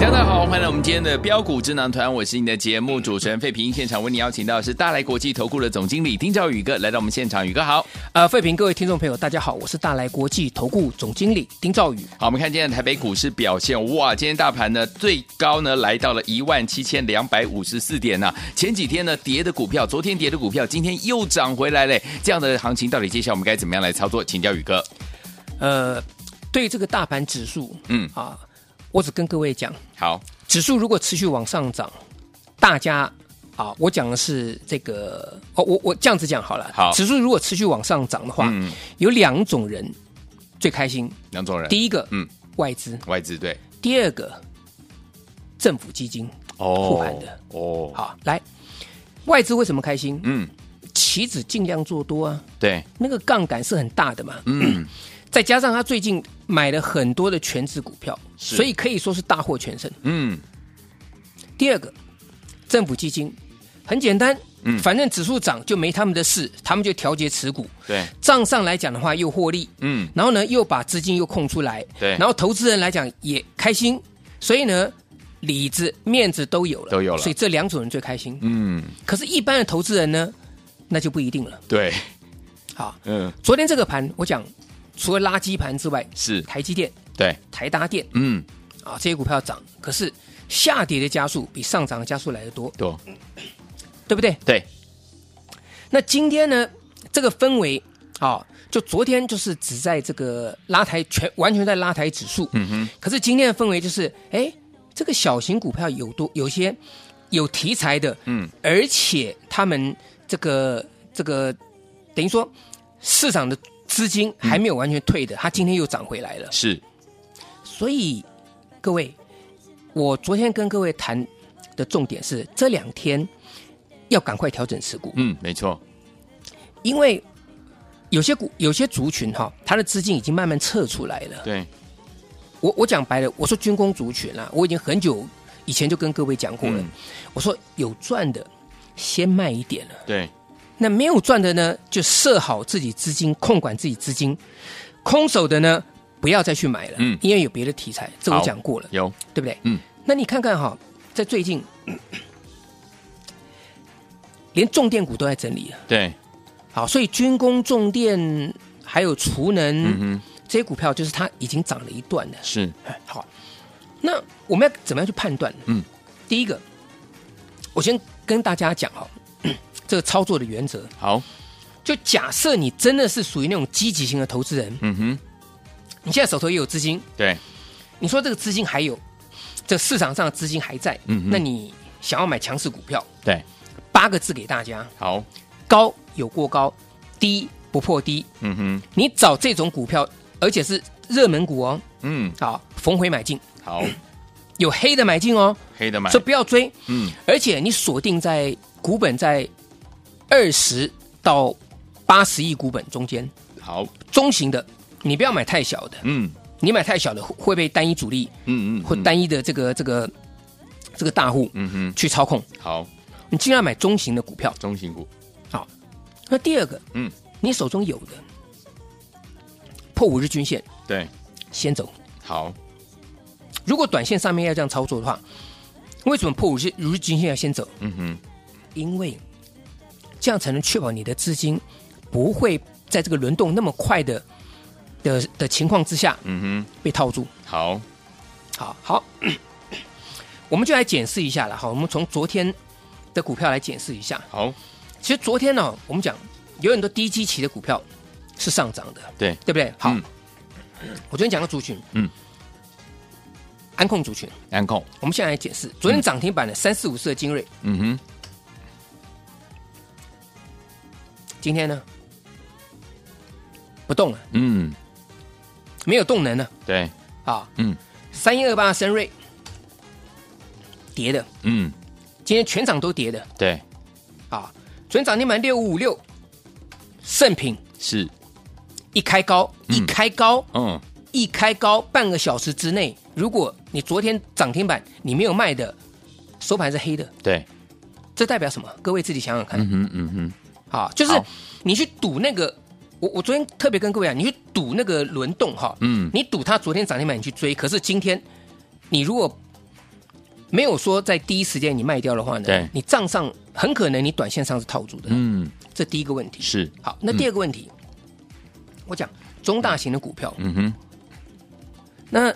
大家好，欢迎来我们今天的标股智囊团，我是你的节目主持人费平。现场为你邀请到的是大来国际投顾的总经理丁兆宇哥来到我们现场，宇哥好。呃，费平，各位听众朋友，大家好，我是大来国际投顾总经理丁兆宇。好，我们看今天的台北股市表现，哇，今天大盘呢最高呢来到了一万七千两百五十四点呐、前几天呢跌的股票，昨天跌的股票，今天又涨回来嘞。这样的行情到底接下来我们该怎么样来操作？请教宇哥。呃，对这个大盘指数嗯，啊，我只跟各位讲，好，指数如果持续往上涨，大家啊，我讲的是这个，哦，我我这样子讲好了。好指数如果持续往上涨的话，嗯有两种人最开心，两种人，一第一个，嗯，外资；外资对，第二个，政府基金。哦护盘的，哦，，好，来，外资为什么开心？嗯，棋子尽量做多啊，对，那个杠杆是很大的嘛。嗯，再加上他最近买了很多的全职股票，是所以可以说是大获全胜。嗯，第二个，政府基金很简单，嗯反正指数涨就没他们的事，他们就调节持股，对，账上来讲的话又获利，嗯，然后呢又把资金又空出来，对然后投资人来讲也开心，所以呢里子面子都有了，都有了所以这两种人最开心。嗯，可是，一般的投资人呢，那就不一定了。对，好，嗯，昨天这个盘我讲，除了垃圾盘之外，是，台积电、对，台达电嗯，啊，这些股票涨，可是下跌的加速比上涨的加速来得多，多，对不对？对，那今天呢，这个氛围啊，就昨天就是只在这个拉抬全完全在拉抬指数，嗯哼，可是今天的氛围就是，哎，这个小型股票有多有些有题材的，嗯，而且他们这个这个等于说市场的资金还没有完全退的，它今天又涨回来了，是，所以各位，我昨天跟各位谈的重点是这两天要赶快调整持股，嗯，没错，因为有些股、有些族群哈、它的资金已经慢慢撤出来了。对，我我讲白了，我说军工族群啊，我已经很久以前就跟各位讲过了，嗯我说有赚的先卖一点了，对，那没有赚的呢，就设好自己资金，控管自己资金，空手的呢不要再去买了，嗯因为有别的题材，这我好讲过了。有，对不对？嗯，那你看看哈，在最近，连重电股都在整理了，对，好，所以军工、重电还有储能、嗯哼，这些股票，就是它已经涨了一段了。是，好，那我们要怎么样去判断？嗯，第一个，我先跟大家讲哈， 这个操作的原则，好，就假设你真的是属于那种积极型的投资人，嗯哼，你现在手头也有资金，对，你说这个资金还有，这市场上的资金还在，嗯哼那你想要买强势股票，对，八个字给大家：好，高有过高，低不破低。嗯哼，你找这种股票，而且是热门股哦，嗯，好，逢回买进，好，有黑的买进哦，黑的买所，以不要追，嗯，而且你锁定在股本在二十到八十亿股本中间，好，中型的，你不要买太小的，嗯，你买太小的会会被单一主力嗯嗯，或嗯，单一的这个这个这个大户嗯哼，去操控，好，你尽量买中型的股票。中型股，那第二个，嗯，你手中有的破五日均线对，先走。好，如果短线上面要这样操作的话，为什么破五日五日均线要先走？嗯哼，因为这样才能确保你的资金不会在这个轮动那么快的的的情况之下嗯被套住。哼，好，好好， 我们就来检视一下了。好，我们从昨天的股票来检视一下。好，其实昨天呢、我们讲有很多低基期的股票是上涨的，对，对不对？好，嗯我昨天讲个族群，嗯，安控族群，安控，我们现在来解释，昨天涨停板的三四五四的精锐，嗯今天呢不动了，哼，嗯，没有动能了对，啊。嗯三一二八的深瑞跌的，嗯，今天全场都跌的对，啊。昨天涨停板六五五六，盛品是，一开高，嗯一开高，嗯，一开高，半个小时之内，如果你昨天涨停板你没有卖的，收盘是黑的，对，这代表什么？各位自己想想看。嗯哼，嗯哼，啊，就是好你去赌那个，我我昨天特别跟各位讲，你去赌那个轮动哈，嗯你赌它昨天涨停板你去追，可是今天你如果没有说在第一时间你卖掉的话呢，对你账上很可能你短线上是套住的，嗯，这第一个问题。是，好，那第二个问题，我讲中大型的股票，嗯哼，那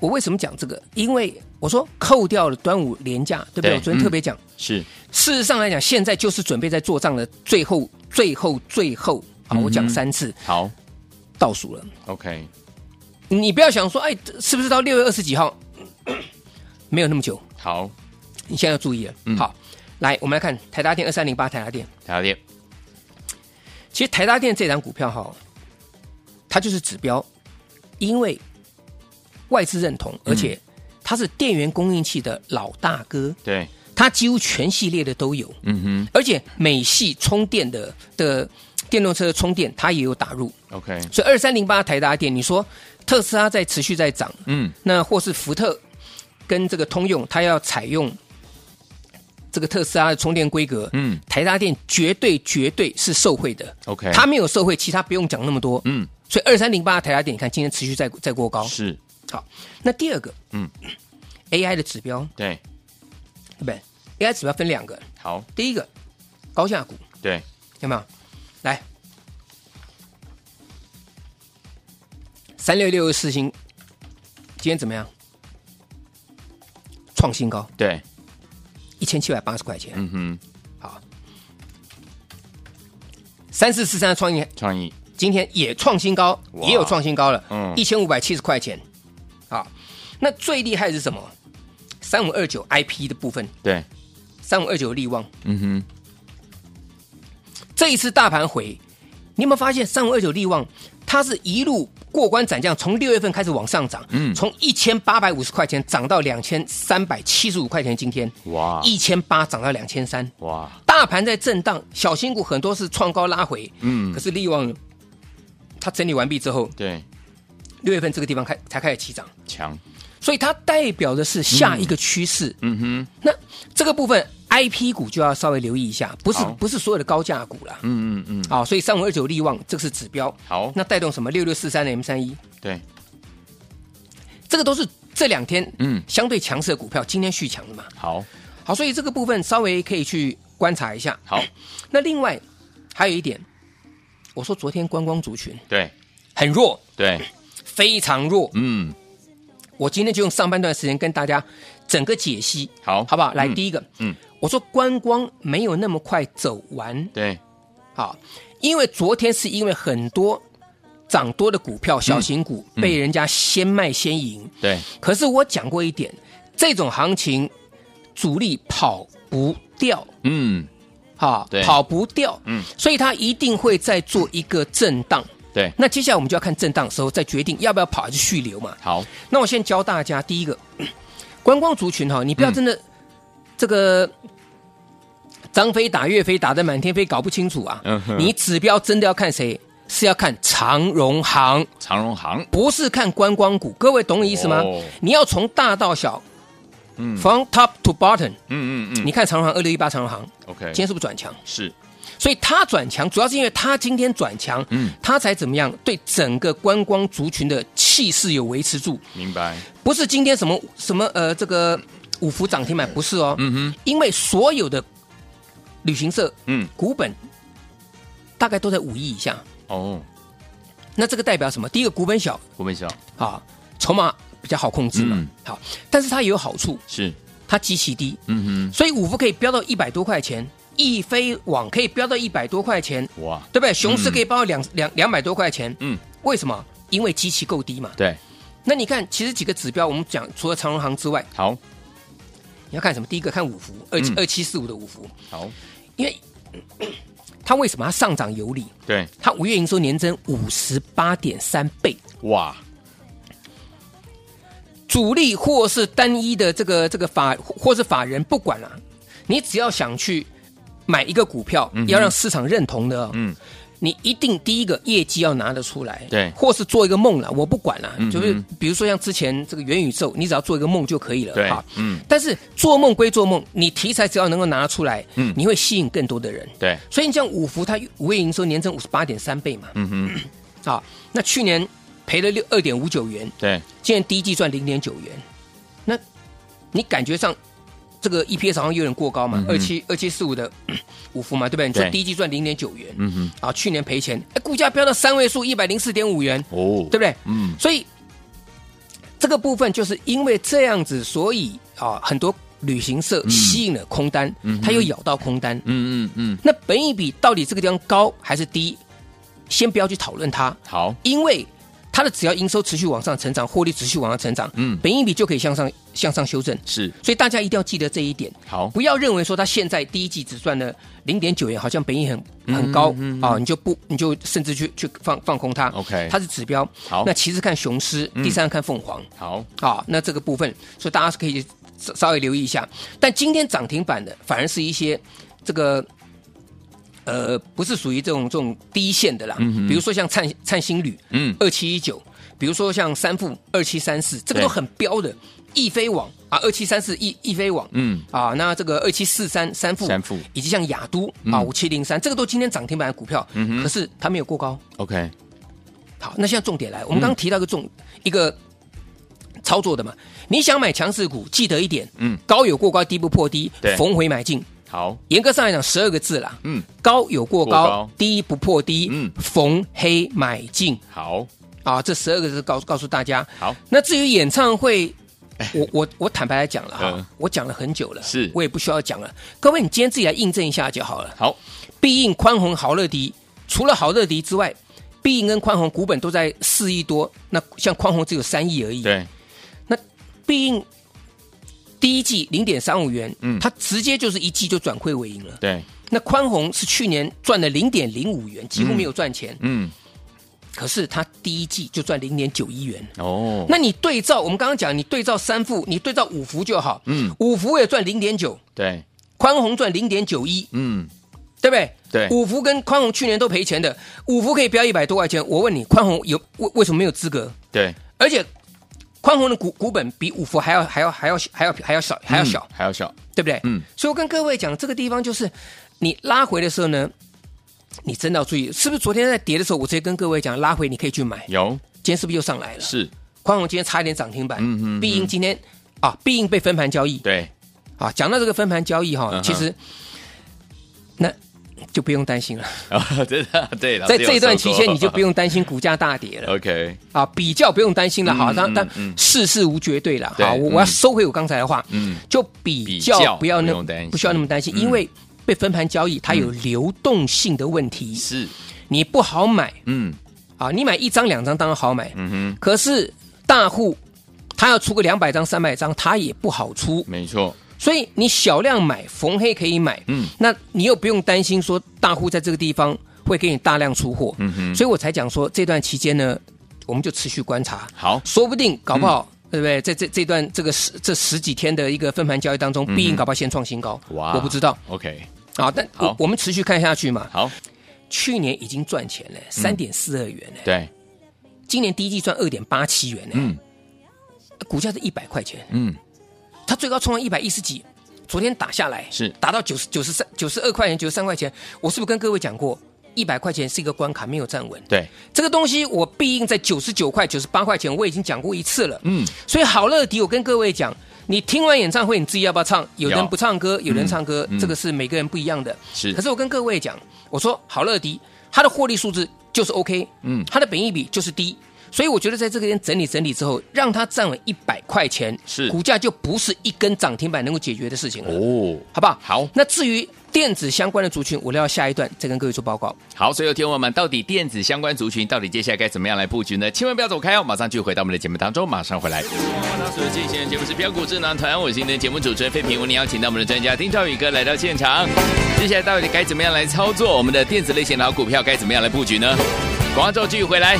我为什么讲这个？因为我说扣掉了端午连假，对不对？对嗯我昨天特别讲，是，事实上来讲，现在就是准备在做账的最后、最后、最后啊！嗯哼我讲三次好倒数了。 ，OK，你不要想说，哎，是不是到六月二十几号？没有那么久，好，你现在要注意了。嗯好，来，我们来看台达电二三零八，台达电。条列，其实台达电这档股票哈，它就是指标，因为外资认同，而且它是电源供应器的老大哥，对，它几乎全系列的都有。嗯而且美系充电的的电动车的充电，它也有打入。哼，OK，所以二三零八台达电，你说特斯拉在持续在涨，嗯，那或是福特跟这个通用，它要采用这个特斯拉的充电规格，嗯台达电绝对绝对是受惠的。 ，OK，它没有受惠，其他不用讲那么多。嗯，所以二三零八台达电，你看今天持续在在过高。是，好，那第二个，嗯，AI 的指标，对，对不对？AI 指标分两个，好，第一个高价股，对，有没有？来，三六六四星，今天怎么样？创新高对，一千七百八十块钱，嗯哼，好。三四四三的创意创意，今天也创新高，哇也有创新高了，嗯一千五百七十块钱，好。那最厉害的是什么？三五二九 IP 的部分，对，三五二九利旺，嗯哼，这一次大盘回，你有没有发现三五二九利旺，它是一路过关斩将，从六月份开始往上涨，嗯从一千八百五十块钱涨到两千三百七十五块钱，今天哇，一千八涨到两千三，哇，大盘在震荡，小新股很多是创高拉回，嗯可，是利旺呢它整理完毕之后，对，六月份这个地方开才开始起涨，强，所以它代表的是下一个趋势。嗯哼，那这个部分 I P 股就要稍微留意一下，不是好不是所有的高价股啦，嗯嗯嗯，啊，所以三五二九利旺这个是指标。好，那带动什么六六四三的 M 三一，对，这个都是这两天嗯，相对强势的股票，今天续强的嘛。好，好，所以这个部分稍微可以去观察一下。好，那另外还有一点，我说昨天观光族群对，很弱，对，非常弱。嗯，我今天就用上半段时间跟大家整个解析，好好不好？来，嗯第一个，嗯，我说观光没有那么快走完，对，啊，因为昨天是因为很多涨多的股票、嗯小型股被人家先卖先赢，对，可是我讲过一点，这种行情主力跑不掉嗯，啊对，跑不掉，嗯，所以它一定会再做一个震荡。对，那接下来我们就要看震荡的时候再决定要不要跑还是续流嘛。好，那我先教大家第一个观光族群哈，你不嗯要真的、这个张飞打岳飞打得满天飞，搞不清楚啊。嗯哼你指标真的要看谁，是要看长荣行，长荣行，不是看观光股。各位懂我意思吗？哦你要从大到小，嗯，from top to bottom，、嗯嗯嗯你看长荣行二六一八长荣行，OK，今天是不是转强？是，所以它转强，主要是因为它今天转强，嗯，它才怎么样对整个观光族群的气势有维持住。明白，不是今天什么什么呃这个五福涨停板，不是哦，嗯哼，因为所有的旅行社嗯，股本大概都在五亿以下，哦，那这个代表什么？第一个股本小我们想啊，筹码比较好控制嘛，嗯好，但是它也有好处，是，它极其低，嗯所以五福可以飙到一百多块钱，易飞网可以飙到一百多块钱，哼，哇，对不对？熊市可以飙到两两两百多块钱，嗯，为什么？因为基期够低嘛。对，那你看，其实几个指标，我们讲除了长荣行之外，好你要看什么？第一个看五福，二嗯二七四五的五福，好，因为咳咳它为什么它上涨有理？对，它五月营收年增五十八点三倍，哇，主力或是单一的这个这个法或是法人不管了、啊你只要想去买一个股票，嗯哼要让市场认同的、哦，嗯，你一定第一个业绩要拿得出来，对或是做一个梦了，我不管了，嗯哼就是比如说像之前这个元宇宙，你只要做一个梦就可以了，对好，嗯，但是做梦归做梦，你题材只要能够拿出来，嗯你会吸引更多的人，对，所以你像五福，它五月营收年增五十八点三倍嘛，嗯哼，啊，那去年赔了六二点五九元，对，今年第一季赚零点九元，那你感觉上这个 EPS 好像有点过高嘛嗯，哼二七二七四五的 咳五福嘛，对不对？你对说第一季赚零点九元，嗯哼，啊，去年赔钱，哎，股价飙到三位数一百零四点五元，哦，对不对？嗯，所以这个部分就是因为这样子，所以啊，很多旅行社吸引了空单，嗯嗯哼它又咬到空单。嗯嗯嗯，那本益比到底这个地方高还是低，先不要去讨论它，好，因为它的只要营收持续往上成长，获利持续往上成长，嗯本益比就可以向上向上修正。是所以大家一定要记得这一点，好，不要认为说它现在第一季只赚了零点九元，好像本益很很高啊、嗯嗯嗯你就不你就甚至去去放放空它。 OK 它是指标。好那其实看雄狮，嗯第三个看凤凰好，啊、那这个部分，所以大家可以稍稍微留意一下。但今天涨停板的反而是一些这个。呃，不是属于这种这种低线的啦，嗯嗯比如说像灿灿星旅，嗯，二七一九，比如说像三富二七三四，这个对都很标的。易飞网啊，二七三四易易飞网，嗯啊，那这个二七四三三富，三富嗯以及像雅都啊五七零三，这个都今天涨停板的股票，可是它没有过高。 ，OK，好，那现在重点来，我嗯们刚刚提到一个重、一个操作的嘛，你想买强势股，记得一点，嗯高有过高，低不破低对，逢回买进。好，严格上来讲，十二个字啦，嗯，高有过高，过高低不破低，嗯逢黑买进。好，啊，这十二个字告告诉大家。好，哎那至于演唱会，我我我坦白来讲了哈、嗯我讲了很久了，是我也不需要讲了。各位，你今天自己来印证一下就好了。好，必应、宽宏、豪乐迪，除了豪乐迪之外，必应跟宽宏股本都在四亿多，那像宽宏只有三亿而已。，对，那必应第一季零点三五元，嗯它直接就是一季就转亏为盈了。对，那宽宏是去年赚了零点零五元，几乎没有赚钱，嗯，可是它第一季就赚零点九一元。哦，那你对照我们刚刚讲，你对照三副，你对照五福就好。嗯，五福也赚零点九，对，宽宏赚零点九一，嗯，对不对？对五福跟宽宏去年都赔钱的，五福可以标一百多块钱。我问你，宽宏有为为什么没有资格？对，而且宽宏的股股本比五福还要还要还要还要还要小还要小，嗯还要小，对不对？嗯，所以我跟各位讲，这个地方就是你拉回的时候呢，你真的要注意，是不是昨天在跌的时候，我直接跟各位讲拉回你可以去买，有今天是不是又上来了？是，宽宏今天差一点涨停板，嗯哼嗯嗯必应今天啊，必应被分盘交易对， 啊。讲到这个分盘交易哈、嗯哼其实那就不用担心了，啊，真的，对，老师在有这一段说期过间你就不用担心股价大跌 了，OK，啊，比较不用担心了。好，嗯当当嗯嗯世事无绝对了，对好，我嗯我要收回我刚才的话，嗯就比比较较不要那不用担心不需要那么担心，嗯因为被分盘交易它有流动性的问题，是，你不好买嗯啊，你买一张两张当然好买，嗯可是大户他要出个两百张、三百张，他也不好出哼，，没错，所以你小量买，逢黑可以买，嗯那你又不用担心说大户在这个地方会给你大量出货，嗯哼，所以我才讲说这段期间呢，我们就持续观察，好，嗯说不定搞不好。对不对？在这这段这个十这十几天的一个分盘交易当中，必应搞不好先创新高，嗯哇我不知道，OK，啊。但好我我们持续看下去嘛。好，去年已经赚钱了，嗯三点四二元了，对，今年第一季赚二点八七元呢，嗯股价是一百块钱，嗯，它最高冲到一百一十几，昨天打下来是打到九十九十三九十二块钱九十三块钱，我是不是跟各位讲过，一百块钱是一个关卡，没有站稳。对，这个东西我必应在九十九块九十八块钱我已经讲过一次了，嗯，所以好乐迪我跟各位讲。你听完演唱会，你自己要不要唱？有要人不唱歌，有人唱歌，嗯这个是每个人不一样的。是可是我跟各位讲，我说好乐迪它的获利数字就是 OK，嗯它的本益比就是低，所以我觉得在这个边整理整理之后，让它站稳一百块钱，是股价就不是一根涨停板能够解决的事情了，哦，好不好？好那至于电子相关的族群，我料下一段再跟各位做报告。好，所以有听我们到底电子相关族群到底接下来该怎么样来布局呢？千万不要走开哦，马上就回到我们的节目当中，马上回来。所有进行的节目是标股智囊团，我是今天的节目主持人费平，我们邀请到我们的专家丁兆宇哥来到现场。接下来到底该怎么样来操作我们的电子类型的好股票，该怎么样来布局呢？广告之后继续回来，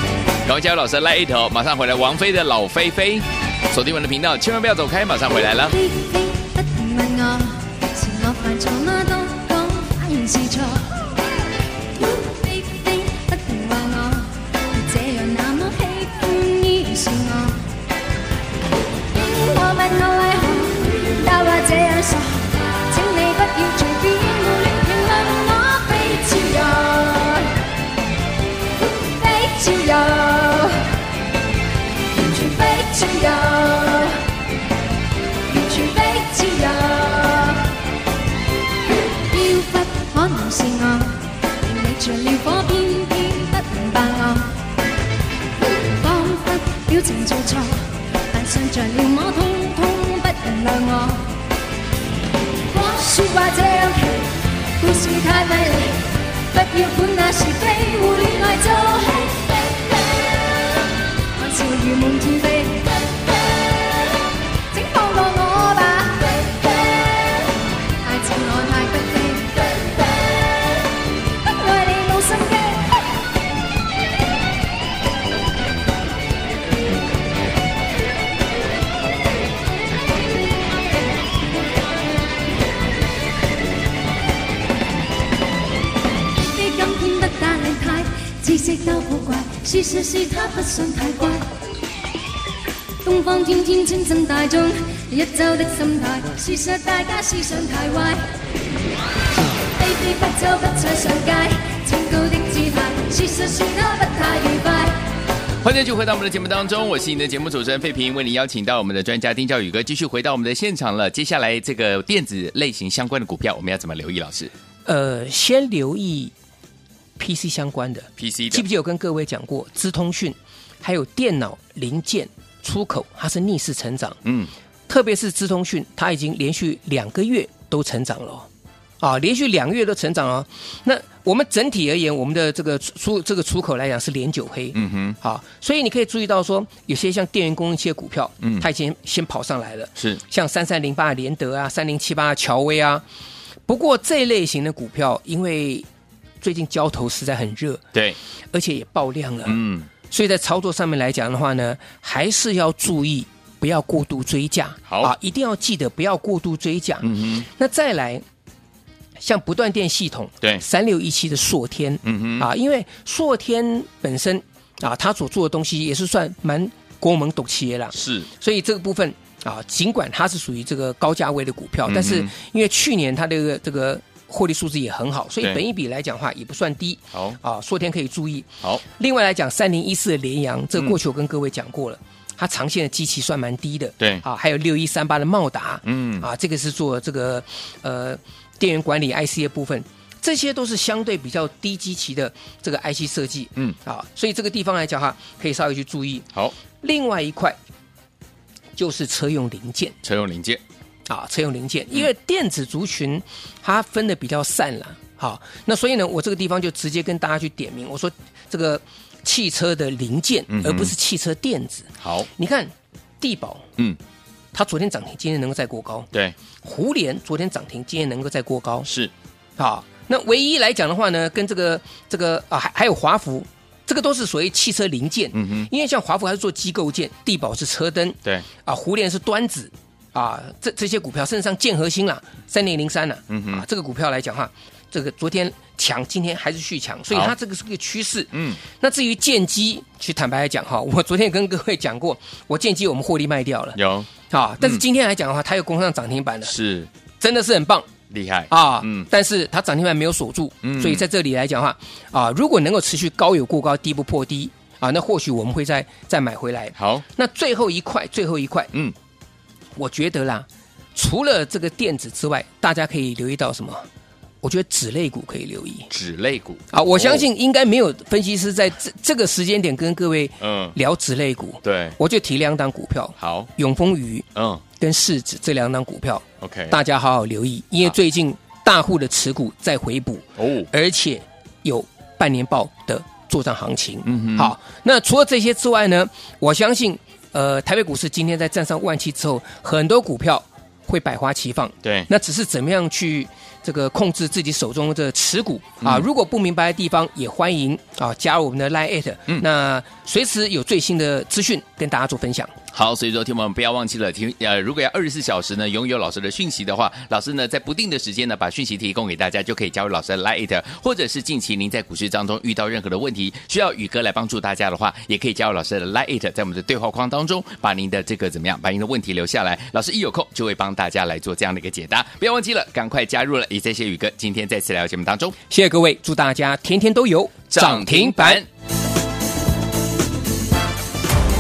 赶快加入老师赖一头，马上回来。王菲的老菲菲，锁定我们的频道，千万不要走开，马上回来了。非非不停問我，是我犯錯嗎？當講反應是錯。非非不停話我，你這樣那麼喜歡依是我。我問我為何，答話這樣傻。請你不要隨便胡亂評論我，非招搖，非招搖，完全非招搖。完全的自由。要不可能是我，令你着了火，偏偏不明白我，彷彿表情做錯，但信着了我，通通不原諒我。我説話這樣奇，故事太迷離，不要管那是非，胡亂愛就戲。玩笑如夢天飛。請放過我吧，太似我太不羈，不愛你冇心機。非今天得打你太，自識都好怪，事實是他不想太乖。東方天天清新大眾，一周的心態，事實大家思想太壞。飛飛不走不再上街，清高的姿態，事實是他不太愉快。欢迎继续回到我们的节目当中，我是你的节目主持人费平，为您邀请到我们的专家丁兆宇哥继续回到我们的现场了。接下来这个电子类型相关的股票，我们要怎么留意？老师呃，先留意 PC 相关的， ，PC 记不的记得我跟各位讲过，资通讯还有电脑零件出口，它是逆势成长，嗯，特别是资通讯，它已经连续两个月都成长了哦。啊，连续两个月都成长了哦。那我们整体而言，我们的这个出这个出口来讲是连九黑，嗯哼，好，所以你可以注意到说，有些像电源供应器的股票，嗯它已经先跑上来了，是像三三零八的联德啊，三零七八的乔威啊。不过这一类型的股票，因为最近交投实在很热，对，而且也爆量了，嗯，所以在操作上面来讲的话呢，还是要注意不要过度追价，啊好一定要记得不要过度追价。嗯哼，那再来，像不断电系统，对三六一七的硕天，嗯哼，啊，因为硕天本身啊，他所做的东西也是算蛮国门懂企业啦，是所以这个部分啊，尽管它是属于这个高价位的股嗯票，哼但是因为去年它这个这个获利数字也很好，所以对本一比来讲的话也不算低好，啊，硕天可以注意。好，另外来讲，三零一四的联阳，这嗯过去我跟各位讲过了，它长线的基期算蛮低的，对啊，还有六一三八的茂达，嗯，啊，这个是做这个呃电源管理 IC 的部分，这些都是相对比较低基期的这个 IC 设计，嗯，啊，所以这个地方来讲哈，可以稍微去注意。好，另外一块就是车用零件车用零件，啊，车用零件，嗯因为电子族群它分的比较散了，好，那所以呢，我这个地方就直接跟大家去点名，我说这个汽车的零件嗯，哼而不是汽车电子。好，你看地保，嗯，它昨天涨停，今天能够再过高。对，胡联昨天涨停，今天能够再过高是，啊。那唯一来讲的话呢，跟这个这个啊，还还有华孚，这个都是属于汽车零件。嗯哼，因为像华孚它是做机构件，地保是车灯对，啊，胡联是端子啊，这这些股票，甚至上建核心啦，三零零三啦，嗯哼啊，这个股票来讲哈，这个昨天强，今天还是续强，所以好它这个是个趋势。嗯，那至于建机，其实坦白来讲哈， 我昨天也跟各位讲过，我建机我们获利卖掉了有啊，但嗯是今天来讲的话，它又攻上涨停板了，是真的是很棒。厉害啊，嗯，但是它涨停板没有锁住，嗯所以在这里来讲哈，啊，如果能够持续高有过高，低不破低啊，那或许我们会再再买回来。好，那最后一块，最后一块，嗯，我觉得啦，除了这个电子之外，大家可以留意到什么？我觉得纸类股可以留意纸类股哦啊，我相，信应该没有分析师在这这个时间点跟各位哦嗯，聊纸类股，对，我就提两档股票，好，永丰鱼嗯跟市指这两档股票， ，OK，大家好好留意，因为好最近大户的持股再回补，哦，而且有半年报的做账行情。嗯哼好，那除了这些之外呢，我相信，呃，台北股市今天在站上万七之后，很多股票会百花齐放。对，那只是怎么样去这个控制自己手中的持股啊？嗯如果不明白的地方，也欢迎啊加入我们的 Line at，、那嗯随时有最新的资讯跟大家做分享。好，所以说听我们不要忘记了听呃，如果要二十四小时呢拥有老师的讯息的话，老师呢在不定的时间呢把讯息提供给大家，就可以加入老师的 Lite，或者是近期您在股市当中遇到任何的问题，需要宇哥来帮助大家的话，也可以加入老师的 Lite，在我们的对话框当中把您的这个怎么样，把您的问题留下来，老师一有空就会帮大家来做这样的一个解答。不要忘记了，赶快加入了，也谢谢宇哥今天再次来到节目当中，谢谢各位，祝大家天天都有。